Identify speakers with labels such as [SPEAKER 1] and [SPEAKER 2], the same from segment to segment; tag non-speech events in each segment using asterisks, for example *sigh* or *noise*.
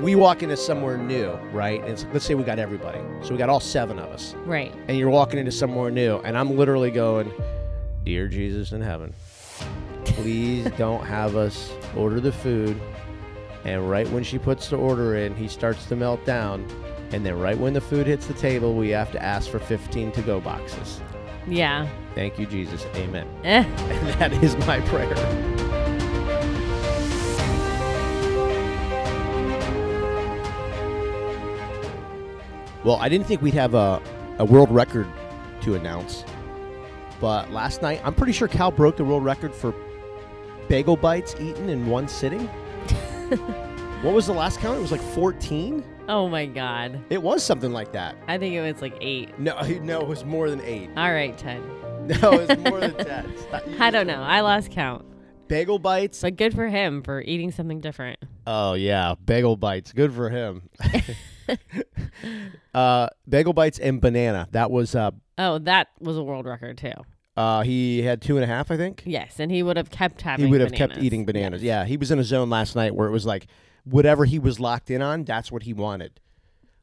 [SPEAKER 1] we walk into somewhere new, right? And it's, let's say we got everybody. So we got all seven of us.
[SPEAKER 2] Right.
[SPEAKER 1] And you're walking into somewhere new, and I'm literally going, Dear Jesus in heaven, please don't have us order the food. And right when she puts the order in, he starts to melt down. And then right when the food hits the table, we have to ask for 15 to go boxes.
[SPEAKER 2] Yeah.
[SPEAKER 1] Thank you, Jesus. Amen.
[SPEAKER 2] Eh.
[SPEAKER 1] And that is my prayer. Well, I didn't think we'd have a, a world record to announce, but last night, I'm pretty sure Cal broke the world record for bagel bites eaten in one sitting. what was the last count? It was like 14?
[SPEAKER 2] Oh my God.
[SPEAKER 1] It was something like that.
[SPEAKER 2] I think it was like eight.
[SPEAKER 1] No, *laughs* no, it was more than eight.
[SPEAKER 2] All right, Ted.
[SPEAKER 1] *laughs* No, it was more than ten. It's *laughs* not-
[SPEAKER 2] I don't know. I lost count.
[SPEAKER 1] Bagel bites.
[SPEAKER 2] But good for him for eating something different.
[SPEAKER 1] Oh yeah, bagel bites. Good for
[SPEAKER 2] *laughs*
[SPEAKER 1] him. uh, bagel bites and banana. That was uh,
[SPEAKER 2] Oh, that was a world record too.
[SPEAKER 1] uh, he had two and a half, I think.
[SPEAKER 2] Yes, and he would have kept having.
[SPEAKER 1] he would have kept
[SPEAKER 2] bananas.
[SPEAKER 1] eating bananas. Yeah, he was in a zone last night where it was like whatever he was locked in on, that's what he wanted.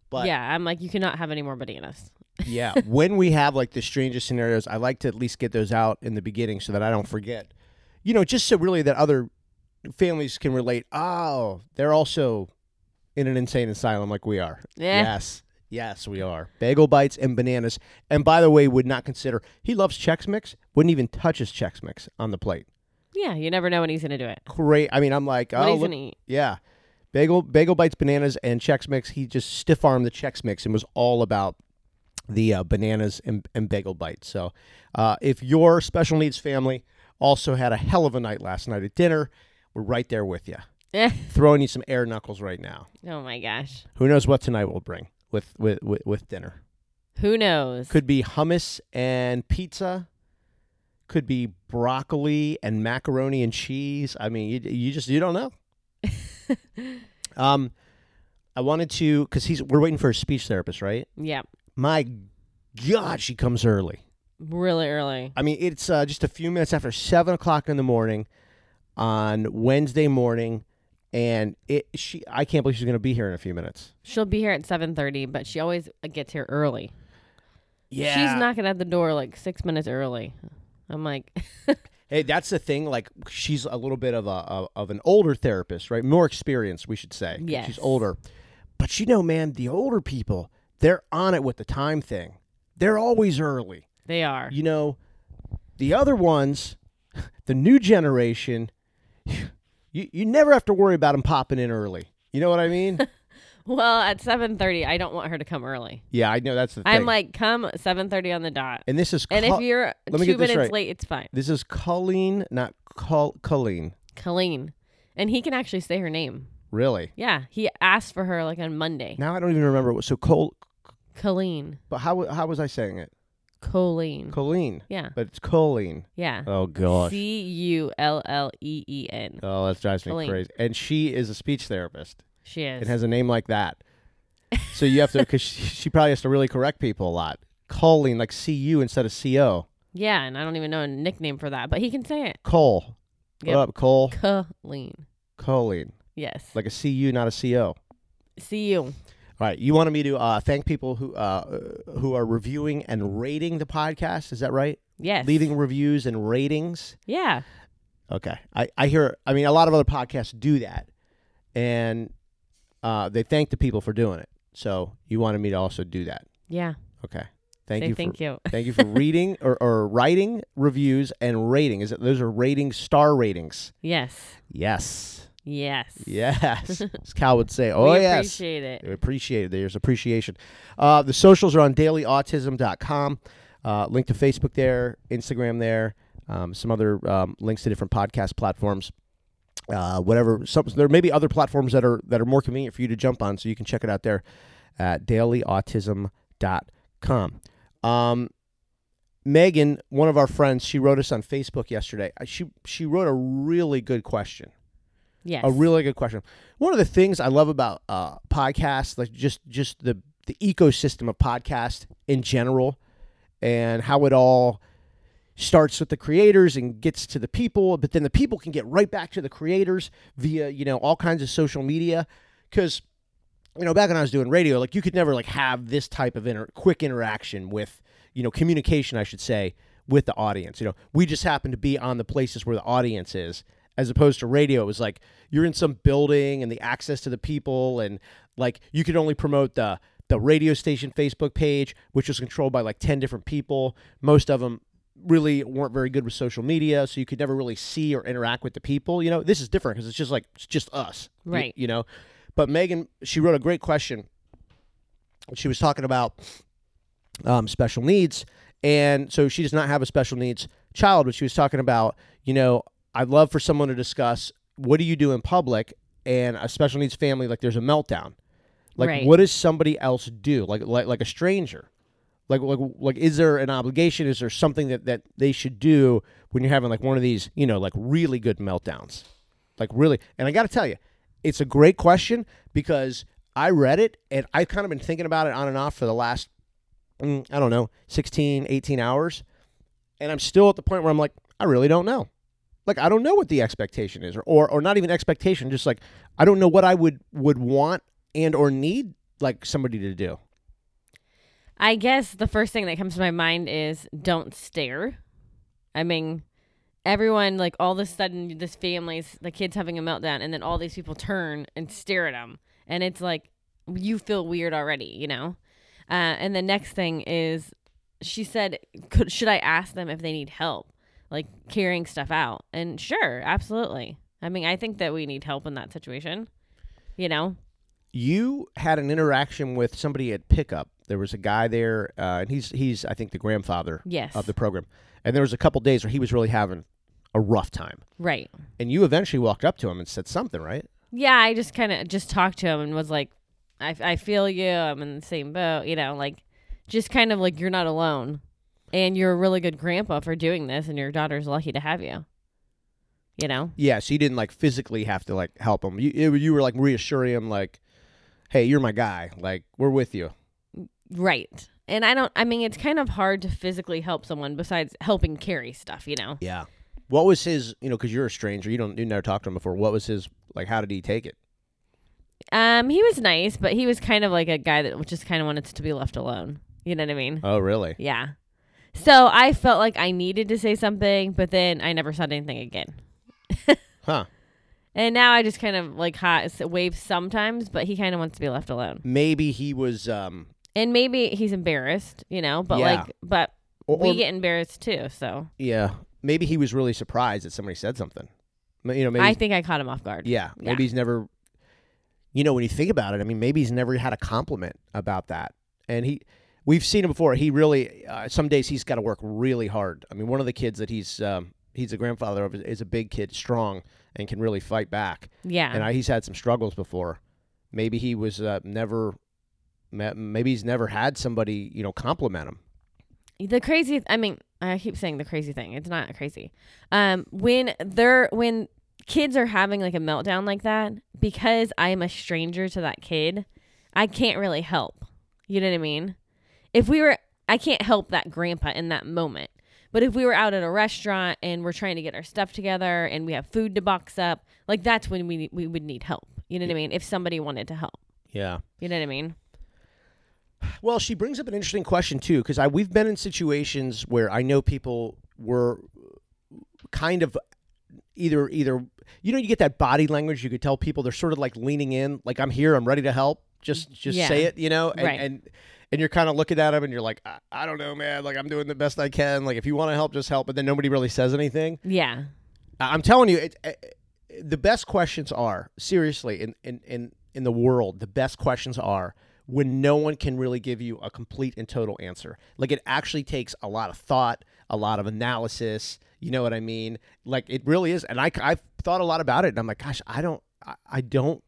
[SPEAKER 1] But yeah,
[SPEAKER 2] Yeah, I'm like, you cannot have any more bananas.
[SPEAKER 1] *laughs* when we have like the strangest scenarios, I like to at least get those out in the beginning so that I don't forget. You know, just so really that other families can relate. Oh, they're also in an insane asylum like we are.
[SPEAKER 2] Yeah.
[SPEAKER 1] Yes. Yes, we are. Bagel bites and bananas. And by the way, would not consider he loves Chex Mix, wouldn't even touch his Chex Mix on the plate.
[SPEAKER 2] Yeah, you never know when he's gonna do it.
[SPEAKER 1] Great. I mean, I'm like,
[SPEAKER 2] what
[SPEAKER 1] oh,
[SPEAKER 2] he's
[SPEAKER 1] look,
[SPEAKER 2] gonna eat.
[SPEAKER 1] Yeah. Bagel bagel bites bananas and Chex Mix. He just stiff armed the Chex Mix and was all about the uh, bananas and, and bagel bites. So, uh, if your special needs family also had a hell of a night last night at dinner, we're right there with you,
[SPEAKER 2] Eh.
[SPEAKER 1] throwing you some air knuckles right now.
[SPEAKER 2] Oh my gosh.
[SPEAKER 1] Who knows what tonight will bring with with with, with dinner?
[SPEAKER 2] Who knows?
[SPEAKER 1] Could be hummus and pizza. Could be broccoli and macaroni and cheese. I mean, you, you just you don't know. um, I wanted to because he's we're waiting for a speech therapist, right?
[SPEAKER 2] yeah,
[SPEAKER 1] My God, she comes early.
[SPEAKER 2] really early.
[SPEAKER 1] I mean, it's uh, just a few minutes after seven o'clock in the morning on Wednesday morning, and it she I can't believe she's going to be here in a few minutes.
[SPEAKER 2] She'll be here at 7:30, but she always uh, gets here early.
[SPEAKER 1] Yeah,
[SPEAKER 2] She's knocking at the door like six minutes early. I'm like, *laughs*
[SPEAKER 1] Hey, that's the thing. Like, she's a little bit of a, a of an older therapist, right? More experienced, we should say. 'cause
[SPEAKER 2] Yes.
[SPEAKER 1] she's older. But you know, man, the older people, they're on it with the time thing. They're always early.
[SPEAKER 2] they are.
[SPEAKER 1] You know, the other ones, *laughs* the new generation, *sighs* you you never have to worry about them popping in early. You know what I
[SPEAKER 2] *laughs*
[SPEAKER 1] mean?
[SPEAKER 2] Well, at 7:30, I don't want her to come early.
[SPEAKER 1] yeah, I know that's the thing.
[SPEAKER 2] I'm like, come 7:30 on the dot.
[SPEAKER 1] and this is
[SPEAKER 2] And
[SPEAKER 1] Col-
[SPEAKER 2] if you're
[SPEAKER 1] let me
[SPEAKER 2] two
[SPEAKER 1] get this
[SPEAKER 2] minutes
[SPEAKER 1] right.
[SPEAKER 2] late, it's fine.
[SPEAKER 1] this is Colleen, not Col- Colleen.
[SPEAKER 2] Colleen, and he can actually say her name.
[SPEAKER 1] Really?
[SPEAKER 2] Yeah, he asked for her like on Monday.
[SPEAKER 1] Now I don't even remember what. So Col,
[SPEAKER 2] Colleen,
[SPEAKER 1] but how how was I saying it?
[SPEAKER 2] Colleen.
[SPEAKER 1] Colleen.
[SPEAKER 2] yeah,
[SPEAKER 1] But it's choline.
[SPEAKER 2] yeah.
[SPEAKER 1] Oh gosh.
[SPEAKER 2] C U L L E E N.
[SPEAKER 1] oh, that drives me
[SPEAKER 2] Choline.
[SPEAKER 1] crazy. And she is a speech therapist.
[SPEAKER 2] She is.
[SPEAKER 1] It has a name like
[SPEAKER 2] *laughs*
[SPEAKER 1] that. So you have to, because she, she probably has to really correct people a lot. Choline, like C U instead of C O.
[SPEAKER 2] yeah, and I don't even know a nickname for that, but he can say it.
[SPEAKER 1] Cole.
[SPEAKER 2] Yep.
[SPEAKER 1] What up, Cole?
[SPEAKER 2] Colleen.
[SPEAKER 1] Choline,
[SPEAKER 2] Yes.
[SPEAKER 1] like a C U, not a C O.
[SPEAKER 2] See you.
[SPEAKER 1] All right, you wanted me to uh, thank people who uh, uh, who are reviewing and rating the podcast. Is that right?
[SPEAKER 2] Yes.
[SPEAKER 1] Leaving reviews and ratings.
[SPEAKER 2] Yeah.
[SPEAKER 1] Okay. I, I hear, I mean, a lot of other podcasts do that. And uh, they thank the people for doing it. So you wanted me to also do that.
[SPEAKER 2] Yeah.
[SPEAKER 1] Okay. Thank
[SPEAKER 2] say
[SPEAKER 1] you.
[SPEAKER 2] thank
[SPEAKER 1] for,
[SPEAKER 2] you.
[SPEAKER 1] thank
[SPEAKER 2] *laughs*
[SPEAKER 1] you for reading or, or writing reviews and rating. Is it, those are rating star ratings.
[SPEAKER 2] Yes.
[SPEAKER 1] Yes.
[SPEAKER 2] Yes. *laughs*
[SPEAKER 1] Yes. As Cal would say, oh,
[SPEAKER 2] we
[SPEAKER 1] yes.
[SPEAKER 2] appreciate it.
[SPEAKER 1] They appreciate it. There's appreciation. Uh, the socials are on dailyautism.com. Uh, link to Facebook there, Instagram there, um, some other um, links to different podcast platforms. Uh, whatever. Some, there may be other platforms that are that are more convenient for you to jump on, so you can check it out there at dailyautism.com. Um, Megan, one of our friends, she wrote us on Facebook yesterday. Uh, She she wrote a really good question
[SPEAKER 2] Yes.
[SPEAKER 1] a really good question. One of the things I love about uh, podcasts, like just just the the ecosystem of podcast in general, and how it all starts with the creators and gets to the people, but then the people can get right back to the creators via you know all kinds of social media. Because you know, back when I was doing radio, like you could never like have this type of inter- quick interaction with, you know, communication, I should say, with the audience. You know, we just happen to be on the places where the audience is, as opposed to radio. It was like you're in some building and the access to the people, and like you could only promote the the radio station Facebook page, which was controlled by like ten different people. Most of them really weren't very good with social media, so you could never really see or interact with the people. You know, this is different because it's just like it's just us, y-
[SPEAKER 2] Right.
[SPEAKER 1] You, know, but Megan, she wrote a great question. She was talking about um, special needs, and so she does not have a special needs child, but she was talking about, you know, I'd love for someone to discuss what do you do in public and a special needs family like there's a meltdown. Like
[SPEAKER 2] Right.
[SPEAKER 1] what does somebody else do? Like like like a stranger. Like like like is there an obligation? Is there something that that they should do when you're having like one of these, you know, like really good meltdowns? Like really. And I got to tell you, it's a great question because I read it and I've kind of been thinking about it on and off for the last mm, I don't know, 16, 18 hours. And I'm still at the point where I'm like, I really don't know. Like I don't know what the expectation is or or, or not even expectation, just like I don't know what I would would want and or need like somebody to do.
[SPEAKER 2] I guess the first thing that comes to my mind is don't stare. I mean, everyone like all of a sudden this family's the kids having a meltdown, and then all these people turn and stare at them, and it's like you feel weird already, you know. Uh, and the next thing is, she said, could, should I ask them if they need help, like carrying stuff out? And sure, absolutely. I mean, I think that we need help in that situation, you know.
[SPEAKER 1] you had an interaction with somebody at pickup. There was a guy there, uh, and he's he's I think the grandfather
[SPEAKER 2] Yes.
[SPEAKER 1] of the program. And there was a couple days where he was really having a rough time,
[SPEAKER 2] right.
[SPEAKER 1] and you eventually walked up to him and said something, right?
[SPEAKER 2] Yeah, I just kind of just talked to him and was like, I, I feel you. I'm in the same boat. You know, like just kind of like you're not alone. And you're a really good grandpa for doing this. And your daughter's lucky to have you. You know?
[SPEAKER 1] Yeah, so you didn't like physically have to like help him. You it, you were like reassuring him, like, "Hey, you're my guy. Like, we're with you."
[SPEAKER 2] Right. And I don't, I mean, it's kind of hard to physically help someone besides helping carry stuff, you know?
[SPEAKER 1] Yeah. What was his? You know, because you're a stranger, you don't you never talked to him before. What was his like? How did he take it?
[SPEAKER 2] Um, he was nice, but he was kind of like a guy that just kind of wanted to be left alone. You know what I mean?
[SPEAKER 1] Oh, really?
[SPEAKER 2] Yeah. So I felt like I needed to say something, but then I never said anything again. *laughs*
[SPEAKER 1] Huh?
[SPEAKER 2] And now I just kind of like hot wave sometimes, but he kind of wants to be left alone.
[SPEAKER 1] Maybe he was. um
[SPEAKER 2] And maybe he's embarrassed, you know, but
[SPEAKER 1] Yeah.
[SPEAKER 2] like, but
[SPEAKER 1] or-
[SPEAKER 2] we
[SPEAKER 1] or-
[SPEAKER 2] get embarrassed too. So
[SPEAKER 1] Yeah, maybe he was really surprised that somebody said something. Ma- You know, maybe
[SPEAKER 2] I think I caught him off guard.
[SPEAKER 1] yeah, maybe
[SPEAKER 2] yeah.
[SPEAKER 1] he's never. You know, when you think about it, I mean, maybe he's never had a compliment about that, and he. We've seen him before. He really, uh, some days he's got to work really hard. I mean, one of the kids that he's um, he's a grandfather of is- is a big kid, strong, and can really fight back.
[SPEAKER 2] Yeah.
[SPEAKER 1] And I, he's had some struggles before. Maybe he was uh, never, ma- maybe he's never had somebody you know compliment him.
[SPEAKER 2] the crazy i mean i keep saying the crazy thing it's not crazy um when they're when kids are having like a meltdown like that because i'm a stranger to that kid i can't really help you know what i mean if we were i can't help that grandpa in that moment but if we were out at a restaurant and we're trying to get our stuff together and we have food to box up like that's when we we would need help you know what i mean if somebody wanted to help
[SPEAKER 1] Yeah.
[SPEAKER 2] you know what i mean
[SPEAKER 1] Well, she brings up an interesting question too, because I we've been in situations where I know people were kind of either either you know you get that body language you could tell people they're sort of like leaning in like I'm here I'm ready to help just just
[SPEAKER 2] Yeah.
[SPEAKER 1] say it you know and
[SPEAKER 2] Right.
[SPEAKER 1] and, and you're kind of looking at them and you're like I, I don't know man like I'm doing the best I can like if you want to help just help but then nobody really says anything
[SPEAKER 2] yeah
[SPEAKER 1] I- I'm telling you, it, it, the best questions are seriously in, in in in the world. The best questions are when no one can really give you a complete and total answer. Like it actually takes a lot of thought, a lot of analysis. You know what I mean? Like it really is. And I I've thought a lot about it, and I'm like, gosh, I don't, I, I don't.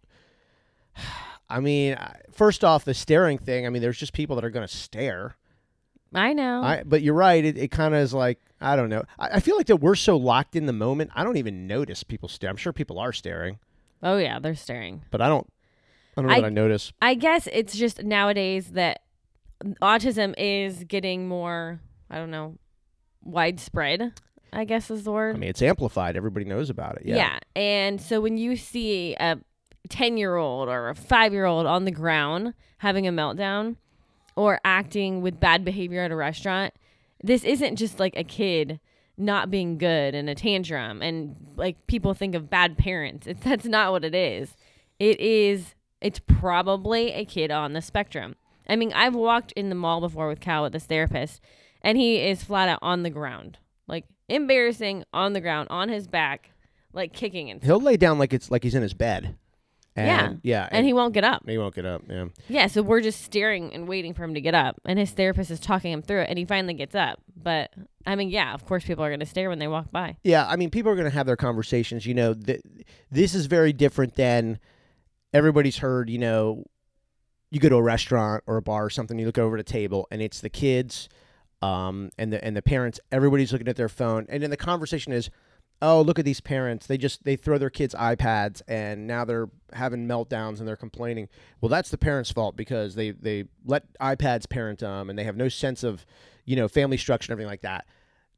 [SPEAKER 1] *sighs* I mean, I- first off, the staring thing. I mean, there's just people that are going to stare.
[SPEAKER 2] i know
[SPEAKER 1] I, but you're right. It, it kind of is like I don't know. I, I feel like that we're so locked in the moment. I don't even notice people stare. I'm sure people are staring,
[SPEAKER 2] oh yeah they're staring
[SPEAKER 1] but I don't. I don't know
[SPEAKER 2] I-
[SPEAKER 1] that I notice.
[SPEAKER 2] I guess it's just nowadays that autism is getting more, I don't know, widespread, I guess is the word.
[SPEAKER 1] I mean, it's amplified. Everybody knows about it. Yeah.
[SPEAKER 2] yeah. And so when you see a 10 year old or a five year old on the ground having a meltdown or acting with bad behavior at a restaurant, this isn't just like a kid not being good and a tantrum and like people think of bad parents. It's that's not what it is. It is it's probably a kid on the spectrum. I mean, I've walked in the mall before with Cal with this therapist and he is flat out on the ground. Like embarrassing on the ground on his back, like kicking and
[SPEAKER 1] He'll lay down like it's like he's in his bed.
[SPEAKER 2] Yeah.
[SPEAKER 1] And, yeah.
[SPEAKER 2] and he won't get up.
[SPEAKER 1] he won't get up. Yeah.
[SPEAKER 2] Yeah, so we're just staring and waiting for him to get up, and his therapist is talking him through it, and he finally gets up. But I mean, yeah, of course, people are gonna stare when they walk by.
[SPEAKER 1] Yeah, I mean, people are going to have their conversations. You know, th- this is very different than everybody's heard. You know, you go to a restaurant or a bar or something, you look over at a table, and it's the kids um, and the and the parents. Everybody's looking at their phone, and then the conversation is, "Oh, look at these parents. They just they throw their kids iPads, and now they're having meltdowns and they're complaining." Well, that's the parents' fault because they they let iPads parent them, and they have no sense of you know family structure and everything like that.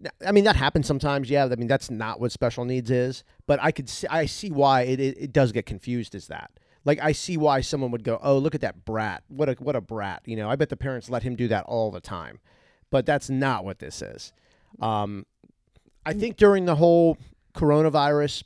[SPEAKER 1] N- I mean, that happens sometimes. Yeah, I mean that's not what special needs is, but I could see, I see why it, it it does get confused as that. Like I see why someone would go, "Oh, look at that brat! What a what a brat!" You know, I bet the parents let him do that all the time, but that's not what this is. Um, I think during the whole coronavirus,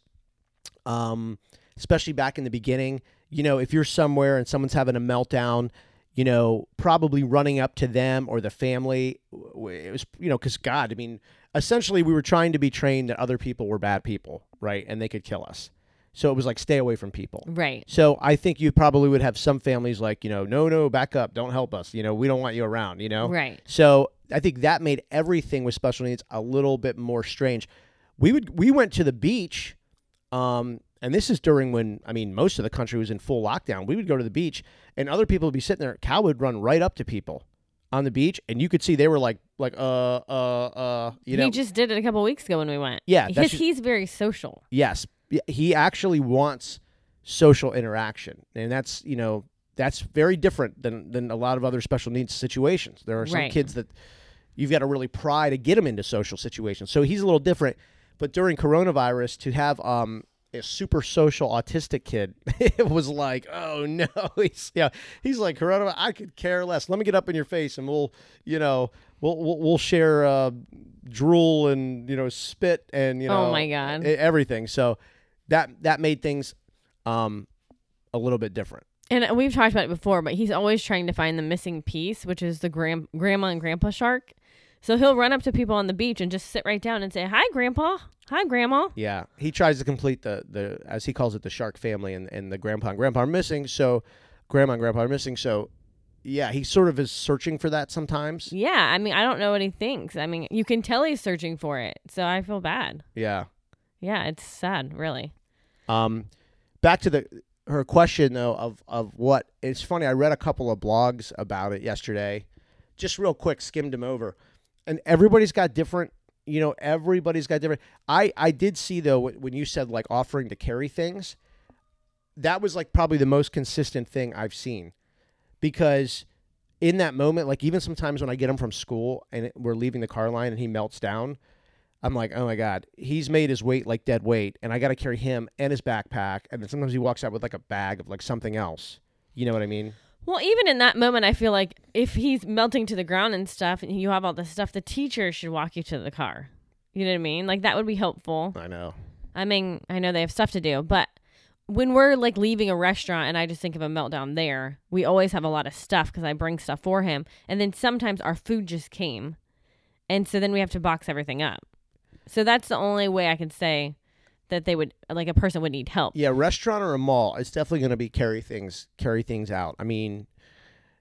[SPEAKER 1] um, especially back in the beginning, you know, if you're somewhere and someone's having a meltdown, you know, probably running up to them or the family, w- it was, you know, because God, I mean, essentially we were trying to be trained that other people were bad people, right? And they could kill us. So it was like, stay away from people.
[SPEAKER 2] Right.
[SPEAKER 1] So I think you probably would have some families like, you know, no, no, back up, don't help us. You know, we don't want you around, you know?
[SPEAKER 2] Right.
[SPEAKER 1] So I think that made everything with special needs a little bit more strange. We would we went to the beach, um, and this is during when I mean most of the country was in full lockdown. We would go to the beach, and other people would be sitting there. Cal would run right up to people on the beach, and you could see they were like like uh uh uh you know
[SPEAKER 2] he just did it a couple weeks ago when we went.
[SPEAKER 1] Yeah, that's
[SPEAKER 2] because
[SPEAKER 1] ju-
[SPEAKER 2] he's very social.
[SPEAKER 1] Yes, Y- he actually wants social interaction, and that's you know that's very different than than a lot of other special needs situations. There are some
[SPEAKER 2] Right.
[SPEAKER 1] kids that you've got to really pry to get them into social situations. So he's a little different. But during coronavirus, to have um, a super social autistic kid, *laughs* it was like, oh no, *laughs* he's yeah, he's like coronavirus. I could care less. Let me get up in your face, and we'll you know we'll we'll, we'll share uh, drool and you know spit and you know
[SPEAKER 2] Oh, my God.
[SPEAKER 1] e- everything. So that that made things um, a little bit different.
[SPEAKER 2] And uh, we've talked about it before, but he's always trying to find the missing piece, which is the grand grandma and grandpa shark. So he'll run up to people on the beach and just sit right down and say, "Hi, grandpa. Hi, grandma."
[SPEAKER 1] Yeah, he tries to complete the the as he calls it the shark family, and and the grandpa and grandpa are missing. So, grandma and grandpa are missing. So, yeah, he sort of is searching for that sometimes.
[SPEAKER 2] Yeah, I mean, I don't know what he thinks. I mean, you can tell he's searching for it. So I feel bad.
[SPEAKER 1] Yeah.
[SPEAKER 2] Yeah, it's sad, really.
[SPEAKER 1] Um, back to the her question though of of what it's funny. I read a couple of blogs about it yesterday, just real quick, skimmed them over, and everybody's got different. You know, everybody's got different. I I did see though wh- when you said like offering to carry things, that was like probably the most consistent thing I've seen, because in that moment, like even sometimes when I get him from school and it- we're leaving the car line and he melts down, I'm like, oh my god, he's made his weight like dead weight, and I got to carry him and his backpack, and then sometimes he walks out with like a bag of like something else. You know what I mean?
[SPEAKER 2] Well, even in that moment, I feel like if he's melting to the ground and stuff, and you have all this stuff, the teacher should walk you to the car. You know what I mean? Like that would be helpful.
[SPEAKER 1] I know.
[SPEAKER 2] I mean, I know they have stuff to do, but when we're like leaving a restaurant and I just think of a meltdown there, we always have a lot of stuff because I bring stuff for him. And then sometimes our food just came. And so then we have to box everything up. So that's the only way I can say that they would, like a person would need help.
[SPEAKER 1] Yeah, restaurant or a mall, it's definitely going to be carry things, carry things out. I mean,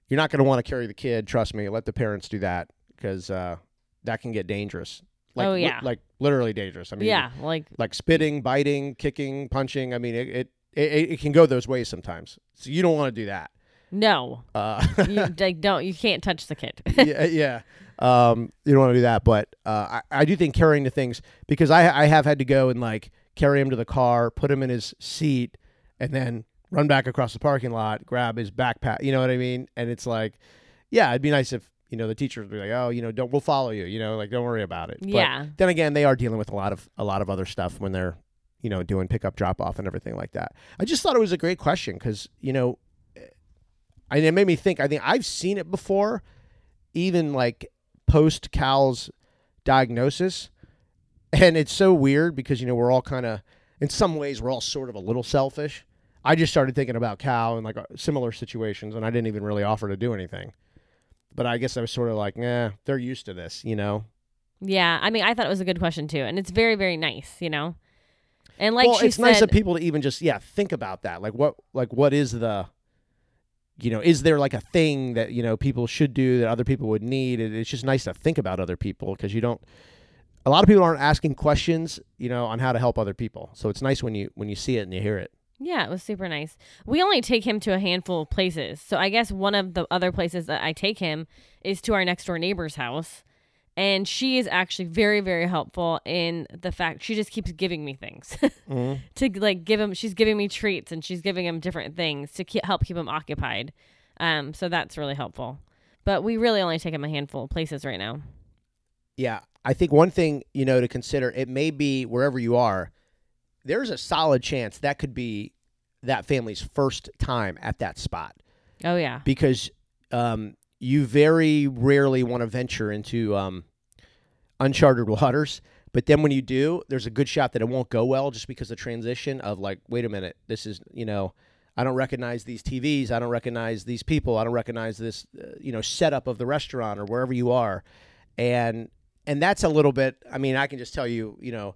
[SPEAKER 1] you're not going to want to carry the kid. Trust me. Let the parents do that because uh, that can get dangerous. Like,
[SPEAKER 2] Oh,
[SPEAKER 1] li-
[SPEAKER 2] yeah.
[SPEAKER 1] like literally dangerous. I mean,
[SPEAKER 2] yeah. Like,
[SPEAKER 1] like spitting, biting, kicking, punching. I mean, it it, it, it can go those ways sometimes. So you don't want to do that.
[SPEAKER 2] no.
[SPEAKER 1] Uh,
[SPEAKER 2] you
[SPEAKER 1] *laughs*
[SPEAKER 2] like don't you can't touch the kid.
[SPEAKER 1] yeah, *laughs* yeah. Um, you don't want to do that, but uh, I, I do think carrying the things because I I have had to go and like carry him to the car, put him in his seat, and then run back across the parking lot, grab his backpack. You know what I mean? And it's like, yeah, it'd be nice if you know the teacher would be like, oh, you know, don't we'll follow you. You know, like don't worry about it. But
[SPEAKER 2] yeah.
[SPEAKER 1] then again, they are dealing with a lot of a lot of other stuff when they're you know, doing pickup drop off and everything like that. I just thought it was a great question because, you know, eh, and it made me think, I think I've seen it before, even like post Cal's diagnosis. And it's so weird because, you know, we're all kind of, in some ways, we're all sort of a little selfish. I just started thinking about Cal and like uh, similar situations, and I didn't even really offer to do anything. But I guess I was sort of like, nah, they're used to this, you know?
[SPEAKER 2] Yeah, I mean, I thought it was a good question too, and it's very, very nice, you know. And like
[SPEAKER 1] well,
[SPEAKER 2] she
[SPEAKER 1] it's
[SPEAKER 2] said,
[SPEAKER 1] nice of people to even just yeah think about that. Like what like what is the you know is there like a thing that you know people should do that other people would need? It, it's just nice to think about other people because you don't. A lot of people aren't asking questions, you know, on how to help other people. So it's nice when you when you see it and you hear it.
[SPEAKER 2] yeah, it was super nice. We only take him to a handful of places, so I guess one of the other places that I take him is to our next door neighbor's house, and she is actually very, very helpful in the fact she just keeps giving me things *laughs* to like give him. She's giving me treats and she's giving him different things to ke- help keep him occupied. Um, so that's really helpful. But we really only take him a handful of places right now.
[SPEAKER 1] Yeah, I think one thing you know to consider it may be wherever you are, there's a solid chance that could be that family's first time at that spot.
[SPEAKER 2] Oh yeah,
[SPEAKER 1] because um, you very rarely want to venture into um, uncharted *laughs* waters. But then when you do, there's a good shot that it won't go well just because the transition of like, wait a minute, this is you know, I don't recognize these TVs, I don't recognize these people, I don't recognize this uh, you know setup of the restaurant or wherever you are, and and that's a little bit. I mean, I can just tell you, you know.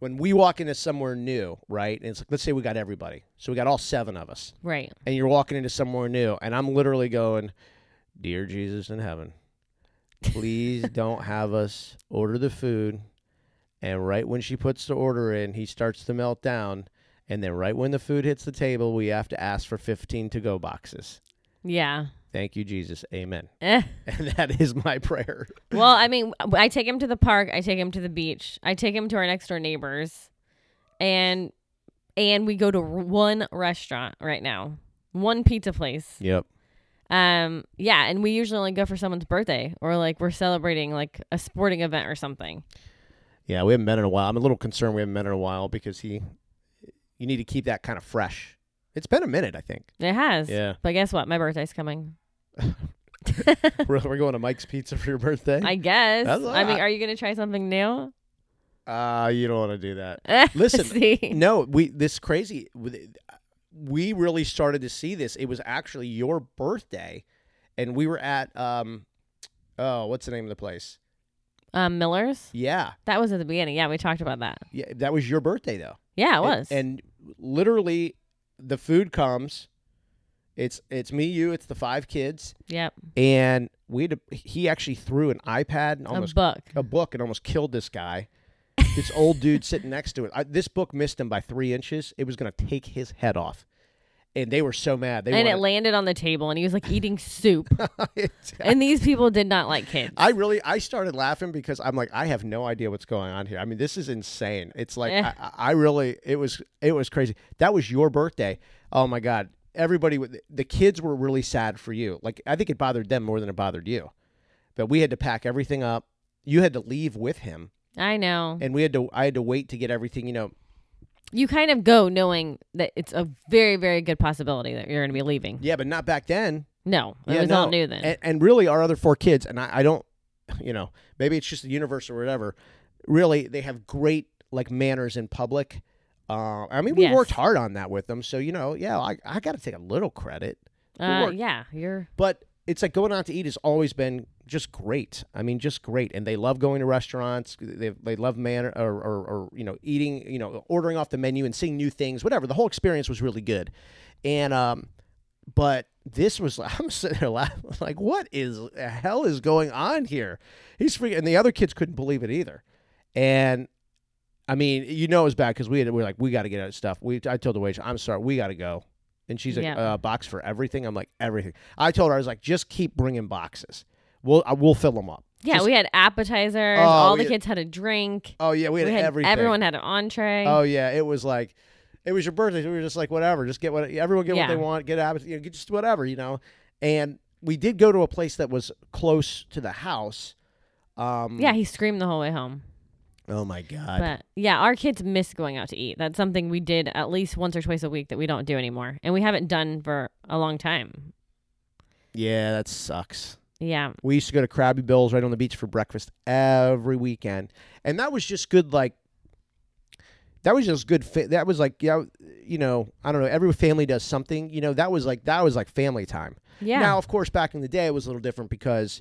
[SPEAKER 1] When we walk into somewhere new, right? And it's like, let's say we got everybody. So we got all seven of us
[SPEAKER 2] right.
[SPEAKER 1] and you're walking into somewhere new and i'm literally going dear jesus in heaven please *laughs* don't have us order the food and right when she puts the order in he starts to melt down and then right when the food hits the table we have to ask for 15 to go boxes
[SPEAKER 2] Yeah. *laughs*
[SPEAKER 1] thank you jesus amen *laughs*
[SPEAKER 2] Eh.
[SPEAKER 1] and that is my prayer
[SPEAKER 2] Well, I mean, w- I take him to the park. I take him to the beach. I take him to our next door neighbors, and and we go to r- one restaurant right now, one pizza place.
[SPEAKER 1] yep
[SPEAKER 2] Um, yeah, and we usually only go for someone's birthday or like we're celebrating like a sporting event or something.
[SPEAKER 1] yeah we haven't met in a while i'm a little concerned we haven't met in a while because he you need to keep that kind of fresh it's been a minute i think
[SPEAKER 2] It has.
[SPEAKER 1] yeah
[SPEAKER 2] But guess what? My birthday's coming.
[SPEAKER 1] *laughs* we're, we're going to mike's pizza for your birthday
[SPEAKER 2] I guess.
[SPEAKER 1] That's a
[SPEAKER 2] I mean,
[SPEAKER 1] lot.
[SPEAKER 2] are you gonna try something new? *laughs*
[SPEAKER 1] Ah, you don't want to do that. Listen,
[SPEAKER 2] See?
[SPEAKER 1] No, we this crazy. We really started to see this. It was actually your birthday, and we were at um, oh, what's the name of the place?
[SPEAKER 2] Um, Miller's.
[SPEAKER 1] Yeah,
[SPEAKER 2] That was at the beginning. Yeah, we talked about that.
[SPEAKER 1] yeah, that was your birthday though.
[SPEAKER 2] Yeah,
[SPEAKER 1] And-
[SPEAKER 2] it was.
[SPEAKER 1] And, literally, the food comes. It's it's me, you, it's the five kids,
[SPEAKER 2] yep.
[SPEAKER 1] and we had to, he actually threw an iPad and
[SPEAKER 2] A
[SPEAKER 1] almost
[SPEAKER 2] book.
[SPEAKER 1] a book and almost killed this guy. This old dude sitting next to it. I, this book missed him by three inches. It was going to take his head off, and they were so mad. They
[SPEAKER 2] and it
[SPEAKER 1] wanted,
[SPEAKER 2] landed on the table and he was like eating soup
[SPEAKER 1] *laughs*
[SPEAKER 2] *laughs*
[SPEAKER 1] It's-
[SPEAKER 2] and these people did not like kids
[SPEAKER 1] I really I started laughing because I'm like I have no idea what's going on here. I mean this is insane. It's like
[SPEAKER 2] Eh.
[SPEAKER 1] I, I I really it was it was crazy. That was your birthday. Oh my god. Everybody with the kids were really sad for you. Like I think it bothered them more than it bothered you. But we had to pack everything up. You had to leave with him
[SPEAKER 2] i know
[SPEAKER 1] and we had to I had to wait to get everything, you know,
[SPEAKER 2] you kind of go knowing that it's a very very good possibility that you're going to be leaving
[SPEAKER 1] Yeah, but not back then.
[SPEAKER 2] no it
[SPEAKER 1] yeah,
[SPEAKER 2] was
[SPEAKER 1] no.
[SPEAKER 2] all new then
[SPEAKER 1] And, and really, our other four kids, and I, I don't, you know, maybe it's just the universe or whatever. Really, they have great like manners in public. Uh, I mean, we
[SPEAKER 2] Yes.
[SPEAKER 1] worked hard on that with them, so you know, yeah, I, I got to take a little credit. we
[SPEAKER 2] uh,
[SPEAKER 1] worked.
[SPEAKER 2] yeah you're
[SPEAKER 1] But it's like going out to eat has always been just great. I mean, just great, and they love going to restaurants. They they love manner or, or or you know eating, you know, ordering off the menu and seeing new things. Whatever. The whole experience was really good, and um, but this was *laughs* I'm sitting there laughing *laughs* like, what is the hell is going on here? He's freaking, and the other kids couldn't believe it either, and. I mean, you know it was bad because we had, we were like, we got to get out of stuff. We I told the waitress, I'm sorry, we got to go, and she's like,
[SPEAKER 2] Yeah.
[SPEAKER 1] uh, box for everything. I'm like, everything. I told her I was like, just keep bringing boxes. We'll I, we'll fill them up.
[SPEAKER 2] yeah
[SPEAKER 1] Just-
[SPEAKER 2] we had appetizers
[SPEAKER 1] Oh,
[SPEAKER 2] all
[SPEAKER 1] we
[SPEAKER 2] the
[SPEAKER 1] had-
[SPEAKER 2] kids had a drink
[SPEAKER 1] Oh yeah, we had, everything.
[SPEAKER 2] everyone had an entree
[SPEAKER 1] Oh yeah, it was like, it was your birthday. so we were just like, whatever. Just get what everyone get what
[SPEAKER 2] Yeah.
[SPEAKER 1] they want. Get out. You know, get just whatever you know. And we did go to a place that was close to the house. Um,
[SPEAKER 2] yeah he screamed the whole way home
[SPEAKER 1] Oh my god.
[SPEAKER 2] But yeah, our kids miss going out to eat. That's something we did at least once or twice a week that we don't do anymore. And we haven't done for a long time.
[SPEAKER 1] yeah, that sucks.
[SPEAKER 2] Yeah.
[SPEAKER 1] We used to go to Krabby Bill's right on the beach for breakfast every weekend, and that was just good. Like that was just good. Fa- that was like yeah, you know, I don't know. Every family does something. You know, that was like that was like family time.
[SPEAKER 2] Yeah.
[SPEAKER 1] Now, of course, back in the day, it was a little different because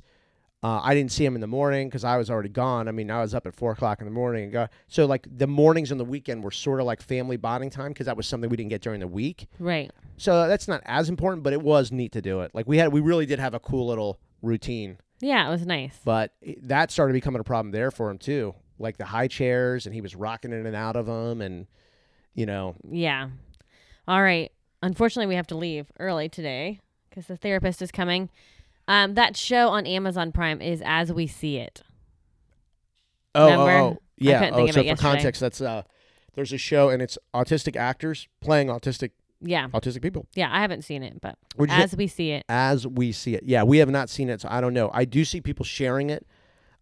[SPEAKER 1] uh, I didn't see him in the morning because I was already gone. I mean, I was up at four o'clock in the morning. And go- so, like, the mornings on the weekend were sort of like family bonding time because that was something we didn't get during the week.
[SPEAKER 2] right.
[SPEAKER 1] So that's not as important, but it was neat to do it. Like, we had, we really did have a cool little routine,
[SPEAKER 2] Yeah, it was nice.
[SPEAKER 1] but it- that started becoming a problem there for him too. Like the high chairs, and he was rocking in and out of them, and you know,
[SPEAKER 2] Yeah. All right. Unfortunately, we have to leave early today because the therapist is coming. Um, that show on Amazon Prime is As We See It.
[SPEAKER 1] Oh,
[SPEAKER 2] Remember?
[SPEAKER 1] oh, oh.
[SPEAKER 2] I
[SPEAKER 1] yeah.
[SPEAKER 2] couldn't
[SPEAKER 1] Oh,
[SPEAKER 2] think of
[SPEAKER 1] so
[SPEAKER 2] it
[SPEAKER 1] for
[SPEAKER 2] yesterday.
[SPEAKER 1] context, that's uh, there's a show and it's autistic actors playing autistic
[SPEAKER 2] Yeah.
[SPEAKER 1] autistic people
[SPEAKER 2] Yeah. I haven't seen it, but
[SPEAKER 1] Would you say-
[SPEAKER 2] As We See It.
[SPEAKER 1] as we see it. Yeah, we have not seen it, so I don't know. I do see people sharing it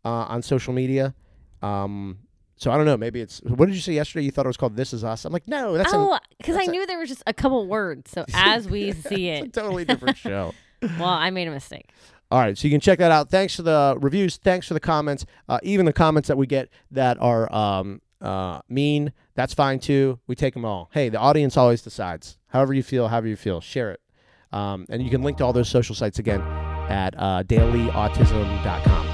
[SPEAKER 1] uh, on social media. Um, so I don't know. Maybe it's what did you say yesterday? You thought it was called "This Is Us." I'm like, no, that's a,
[SPEAKER 2] Oh, because I
[SPEAKER 1] that's a-
[SPEAKER 2] knew there was just a couple
[SPEAKER 1] *laughs*
[SPEAKER 2] words. So As We See
[SPEAKER 1] it's a
[SPEAKER 2] It.
[SPEAKER 1] totally
[SPEAKER 2] *laughs*
[SPEAKER 1] different show.
[SPEAKER 2] Well, I made a mistake.
[SPEAKER 1] All right, so you can check that out. Thanks for the reviews. Thanks for the comments. Uh, even the comments that we get that are um, uh, mean, that's fine too. We take them all. Hey, the audience always decides. However you feel, however you feel, share it. Um, and you can link to all those social sites again at uh, dailyautism.com.